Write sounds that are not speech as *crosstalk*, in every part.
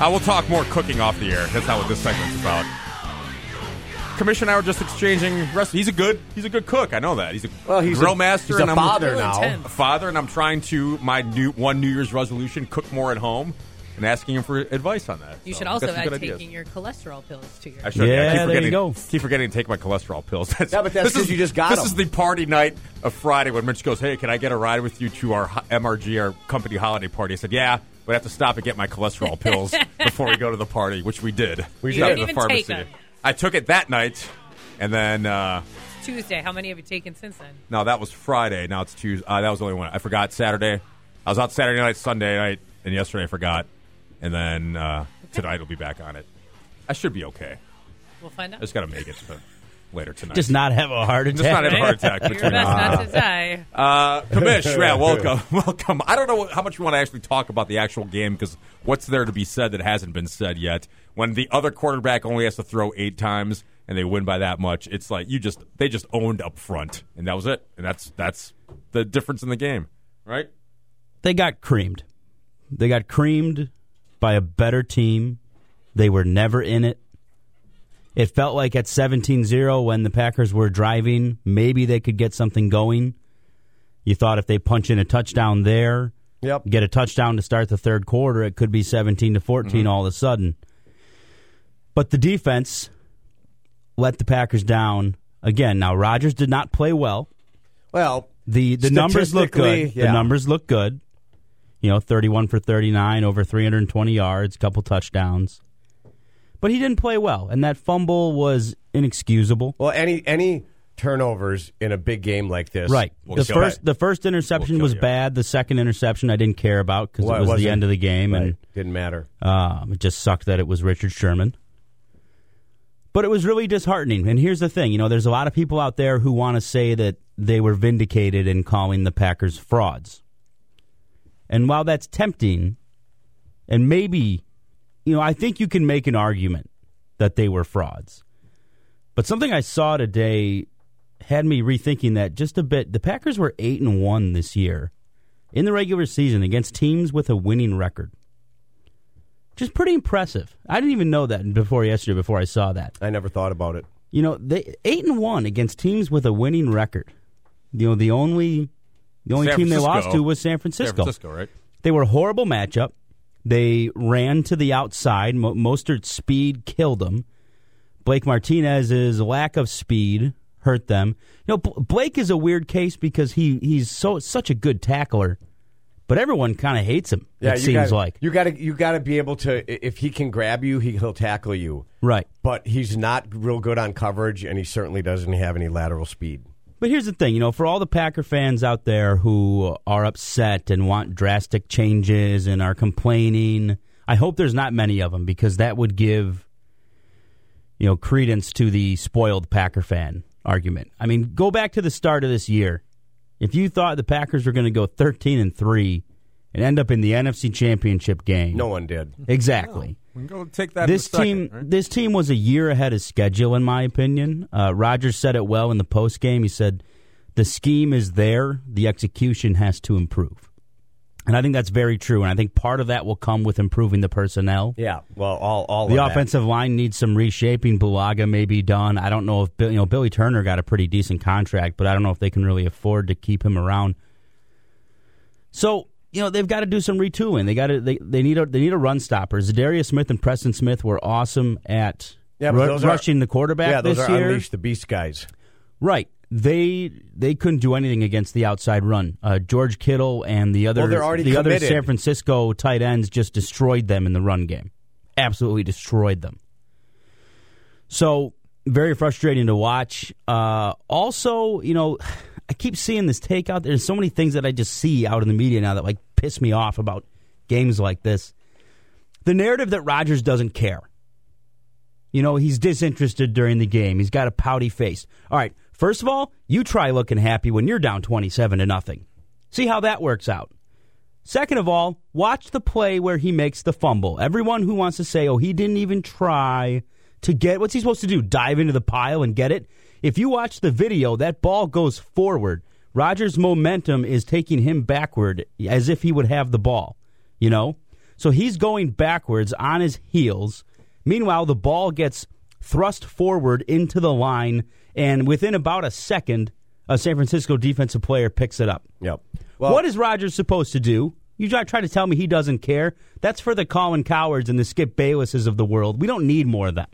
I will talk more cooking off the air. That's not what this segment's about. Commissioner and I were just exchanging recipes. He's a good, he's a good cook. I know that. He's a Well, he's grill a- master. he's a and I'm- father Really now. intense. a father, and I'm trying to my new one New Year's resolution: cook more at home, and asking him for advice on that. You So, should got also some add good taking ideas. your cholesterol pills to your. I should. I Yeah, keep there you forgetting, go. Keep forgetting to take my cholesterol pills. *laughs* That's, Yeah, but that's this 'cause is- you just got This 'em. is the party night of Friday when Mitch goes, "Hey, can I get a ride with you to our ho- MRG, our company holiday party?" I said, "Yeah." We have to stop and get my cholesterol pills *laughs* before we go to the party, which we did. We You didn't even take them. I took it that night, and then uh, Tuesday. How many have you taken since then? no, that was Friday. Now it's Tuesday. Uh, that was the only one. I forgot Saturday. I was out Saturday night, Sunday night, and yesterday I forgot. And then uh, tonight will be back on it. I should be okay. We'll find I out. just got to make it to later tonight. Just not have a heart attack. Just not have a heart attack. *laughs* You're between best now. *laughs* not to die. Uh, Kamish, yeah, welcome, *laughs* welcome. I don't know how much you want to actually talk about the actual game because what's there to be said that hasn't been said yet? When the other quarterback only has to throw eight times and they win by that much, it's like you just they just owned up front, and that was it. And that's that's the difference in the game, right? They got creamed. They got creamed by a better team. They were never in it. It felt like at 17 0 when the Packers were driving, maybe they could get something going. You thought if they punch in a touchdown there, Yep. get a touchdown to start the third quarter, it could be 17 to 14 Mm-hmm. all of a sudden. But the defense let the Packers down again. Now, Rodgers did not play well. Well, The the numbers look Statistically, good. yeah. The numbers look good. You know, 31 for 39, over 320 yards, couple touchdowns. But he didn't play well, and that fumble was inexcusable. well, any any turnovers in a big game like this, Right. We'll the kill first you. the first interception We'll kill was you. bad. The second interception I didn't care about because Well, it was the wasn't- end of the game, right, and didn't matter. Um, it just sucked that it was Richard Sherman. But it was really disheartening. And here's the thing you know, there's a lot of people out there who want to say that they were vindicated in calling the Packers frauds. And while that's tempting, and maybe, you know, I think you can make an argument that they were frauds. But something I saw today had me rethinking that just a bit. The Packers were 8 and 1 this year in the regular season against teams with a winning record just pretty impressive. I didn't even know that before yesterday. Before I saw that, I never thought about it. you know, they eight and one against teams with a winning record. You know, the only the only San team they Francisco. lost to was San Francisco. San Francisco, right? They were a horrible matchup. They ran to the outside. Mo- Mostert's speed killed them. Blake Martinez's lack of speed hurt them. You know, B- Blake is a weird case because he he's so such a good tackler, but everyone kind of hates him. it seems gotta, like you got to you got to be able to. i- If he can grab you, he, he'll tackle you. right. But he's not real good on coverage, and he certainly doesn't have any lateral speed. But here's the thing, you know, for all the Packer fans out there who are upset and want drastic changes and are complaining, I hope there's not many of them because that would give, you know, credence to the spoiled Packer fan argument. I mean, go back to the start of this year. If you thought the Packers were going to go 13 and 3 and end up in the NFC Championship game. No one did. Exactly We can go take that. in this a second, team right? this team was a year ahead of schedule in my opinion uh, rogers said it well in the post game he said the scheme is there the execution has to improve and i think that's very true and i think part of that will come with improving the personnel Yeah. Well, all all the of that. offensive line needs some reshaping. Bulaga may be done. I don't know if Bill, you know Billy Turner got a pretty decent contract, but I don't know if they can really afford to keep him around. So you know they've got to do some retooling. They got to they, they need a they need a run stopper. Zadarius Smith and Preston Smith were awesome at Yeah, but ru- those are- rushing the quarterback Yeah, those this are year. unleash the beast guys. Right. They they couldn't do anything against the outside run. Uh, George Kittle and the other Well, they're already the other committed. San Francisco tight ends just destroyed them in the run game. Absolutely destroyed them. So very frustrating to watch. Uh, also, you know, *sighs* I keep seeing this take out there. There's so many things that I just see out in the media now that like piss me off about games like this. The narrative that Rodgers doesn't care. You know, he's disinterested during the game. He's got a pouty face. All right, first of all, you try looking happy when you're down 27 to nothing. See how that works out. Second of all, watch the play where he makes the fumble. Everyone who wants to say, oh, he didn't even try to get what's he supposed to do? Dive into the pile and get it? If you watch the video, that ball goes forward. Rogers' momentum is taking him backward as if he would have the ball, you know? So he's going backwards on his heels. Meanwhile, the ball gets thrust forward into the line, and within about a second, a San Francisco defensive player picks it up. Yep. what is Rogers supposed to do? You try try to tell me he doesn't care? That's for the Colin Cowards and the Skip Baylesses of the world. We don't need more of them.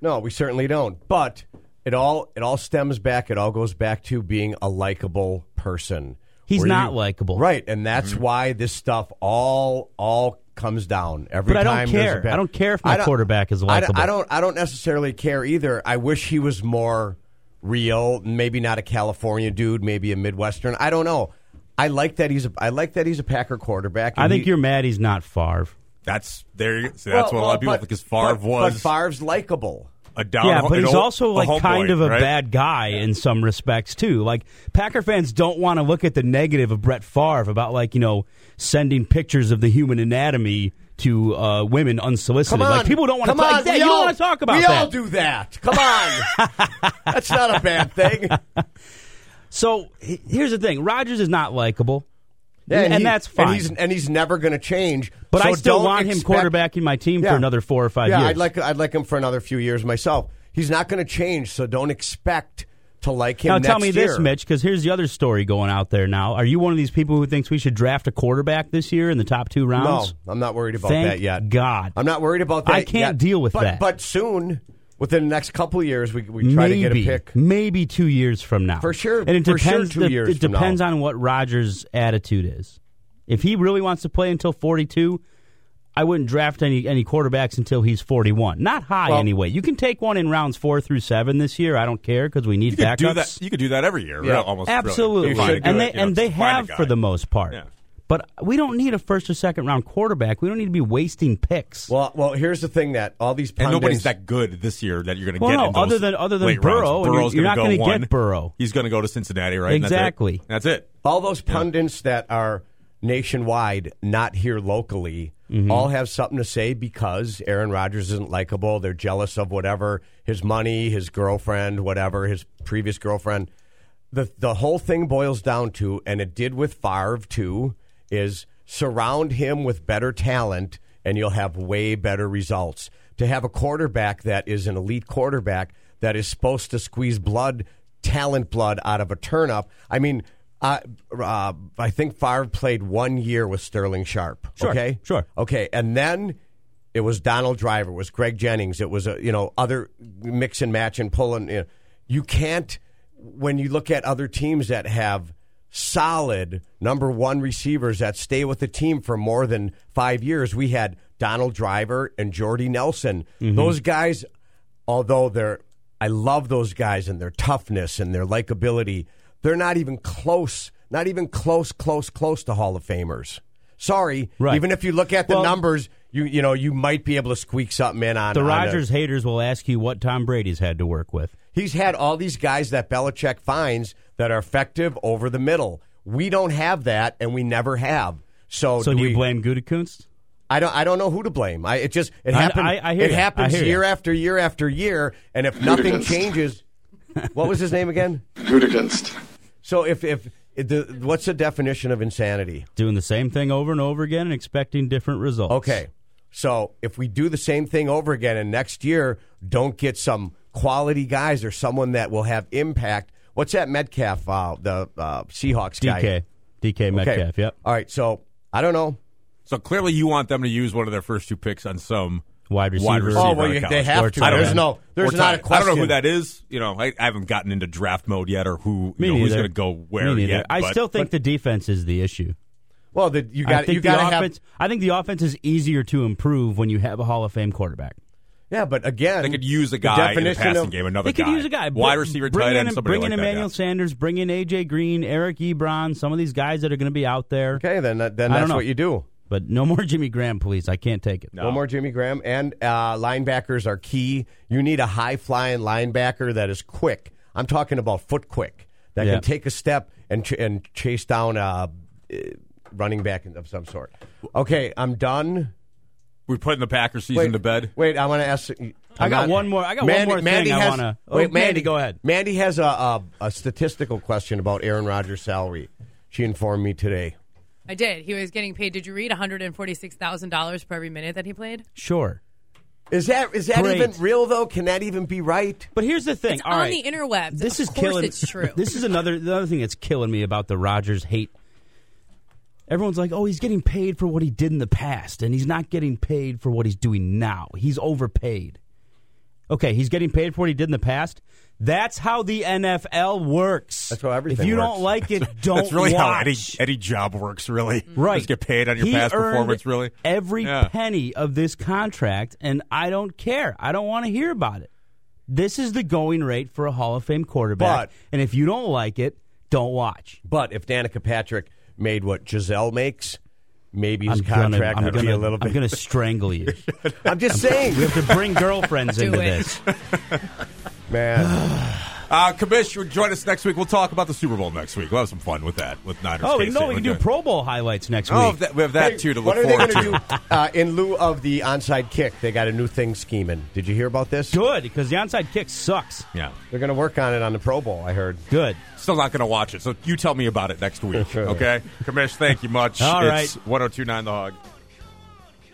No, we certainly don't. But it all it all stems back. It all goes back to being a likable person. He's Where not you- likable. Mm-hmm. right? And that's why this stuff all all comes down every But I don't time there's a care. bad- I don't care if my I don't- quarterback is I don't- likable. I don't. I don't necessarily care either. I wish he was more real. Maybe not a California dude. Maybe a Midwestern. I don't know. I like that he's. A, I like that he's a Packer quarterback. I and think he- you're mad he's not Favre. That's there. You, see, that's what Well, a lot of people well, think. Because Favre but, was but Favre's likable. a Oh, down. yeah, but an he's old- also a like homeboy, kind of a right? bad guy in some respects too. Like Packer fans don't want to look at the negative of Brett Favre about like you know sending pictures of the human anatomy to uh, women unsolicited. Come on, Like people don't want Come to on, like that. we You all- don't want to talk about we that. all do that. Come on, *laughs* that's not a bad thing. So he- here's the thing: Rogers is not likable, Yeah, and, he- that's fine. And he's, and he's never going to change. but So I still don't want him expect- quarterbacking my team Yeah. for another four or five yeah, years. I'd like I'd like him for another few years myself. He's not going to change, so don't expect to like him. now next tell me this, year. Mitch, because here's the other story going out there now. Are you one of these people who thinks we should draft a quarterback this year in the top two No, rounds? I'm not worried about Thank that yet. God. I'm not worried about that. I can't yet. deal with but, that. But soon, within the next couple of years, we we try maybe, to get a pick. Maybe two years from now. For sure- And it for sure depends, two the- years It from now. depends on what Rogers' attitude is. If he really wants to play until 42, I wouldn't draft any, any quarterbacks until he's 41. Not high, Well- anyway. You can take one in rounds four through seven this year. I don't care because we need You could backups. do that. You could do that every year. Yeah. really, almost really. Absolutely, You find a and good, they you know, and they find a have guy. for the most part. Yeah. But we don't need a first or second round quarterback. We don't need to be wasting picks. Well, well, here's the thing that all these And pundits, nobody's that good this year that you're going to Well, get. no, in those other than- other than late Burrow, rounds. and Burrow's you're not going to gonna go get one. Burrow. He's going to go to Cincinnati, right? And Exactly. That's it. That's it. all those pundits that are nationwide, not here locally, all have something to say because Aaron Rodgers isn't likable. They're jealous of whatever his money, his girlfriend, whatever his previous girlfriend. The the whole thing boils down to, and it did with Favre too, is surround him with better talent, and you'll have way better results. To have a quarterback that is an elite quarterback that is supposed to squeeze blood, talent blood out of a turnip. I mean, uh, uh, I think Favre played one year with Sterling Sharp. Sure, okay, sure. okay, and then it was Donald Driver, it was Greg Jennings, it was a you know other mix and match and pulling. You, know. you can't when you look at other teams that have solid number one receivers that stay with the team for more than five years. We had Donald Driver and Jordy Nelson. Those guys, although they're I love those guys and their toughness and their likability. They're not even close, not even close, close, close to Hall of Famers. Sorry, Right. even if you look at the Well- numbers, you you know you might be able to squeak something in on the on a- Rogers haters will ask you what Tom Brady's had to work with. He's had all these guys that Belichick finds that are effective over the middle. We don't have that, and we never have. So, So do, we, you blame Gutekunst? I don't. I don't know who to blame. I it just it I- happened. I- I hear it ya. I happens hear ya. year after year after year, and if nothing changes, what was his name again? Gutekunst. So if if the, what's the definition of insanity? Doing the same thing over and over again and expecting different results. Okay. So if we do the same thing over again and next year don't get some quality guys or someone that will have impact, what's that Metcalf, uh, the uh, Seahawks guy? DK. DK Okay. Metcalf, yep. All right. So I don't know. So clearly, you want them to use one of their first two picks on some Wide receiver. Wide receiver Oh, out well, of you- college. they have Or to. tight There's end. no- there's Or not a tight- I don't know who question. that is. You know, I, I haven't gotten into draft mode yet, or who Me you know, who's neither. going to go where Me neither. yet. I but- still think the defense is the issue. Well, the, you I got think you got the to offense. have I think the offense is easier to improve when you have a Hall of Fame quarterback. yeah, but again, They could use a the guy in the definition passing of- game. Another they could guy. use a guy, wide Br- receiver, bring tight in- end, somebody bring like in that. Emmanuel yeah. Sanders, bring in AJ Green, Eric Ebron, some of these guys that are going to be out there. Okay, then that- then I don't that's know. what you do. But no more *laughs* Jimmy Graham, please. I can't take it. No. One more Jimmy Graham and uh, linebackers are key. You need a high flying linebacker that is quick. I'm talking about foot quick that Yeah. can take a step and ch- and chase down a uh, running back of some sort. Okay, I'm done. We're putting the Packers season to bed. Wait, I want to ask. I'm I got not- one more- I got one more thing I wanna- oh, wait, Mandy, Mandy, go ahead. Mandy has a, a a statistical question about Aaron Rodgers' salary. She informed me today. I did. He was getting paid. Did you read one hundred and forty six thousand dollars per every minute that he played? Sure. Is that is that Great. even real though? Can that even be right? But here's the thing. It's All on right. the interwebs. This Of is course killing. It's true. *laughs* This is another the other thing that's killing me about the Rogers hate. Everyone's like, "Oh, he's getting paid for what he did in the past, and he's not getting paid for what he's doing now. He's overpaid." Okay, he's getting paid for what he did in the past. That's how the NFL works. That's how everything If you works. don't like it, don't That's really how any, watch. any job works, really. *laughs* Right. Just get paid on your He past earned e- performance, really. Every Yeah. penny of this contract, and I don't care. I don't want to hear about it. This is the going rate for a Hall of Fame quarterback. But- and if you don't like it, don't watch. But if Danica Patrick made what Giselle makes, maybe his I'm gonna, contract I'm would gonna, be a little bit. I'm gonna *laughs* strangle you. I'm just *laughs* saying, we have to bring girlfriends *laughs* Do into it. this. man. Uh, Commissioner, join us next week. We'll talk about the Super Bowl next week. We'll have some fun with that, with Niners. Oh, K-State. no, we can do We're Pro Bowl highlights next Oh, week. that, we have that, Hey, too, to look what are they forward gonna to. do uh, in lieu of the onside kick? They got a new thing scheming. Did you hear about this? Good, because the onside kick sucks. Yeah. They're going to work on it on the Pro Bowl. I heard. Good. Still not going to *laughs* watch it. So you tell me about it next week. Sure. Okay? Commish, thank you much. All it's right. 1029 The Hog.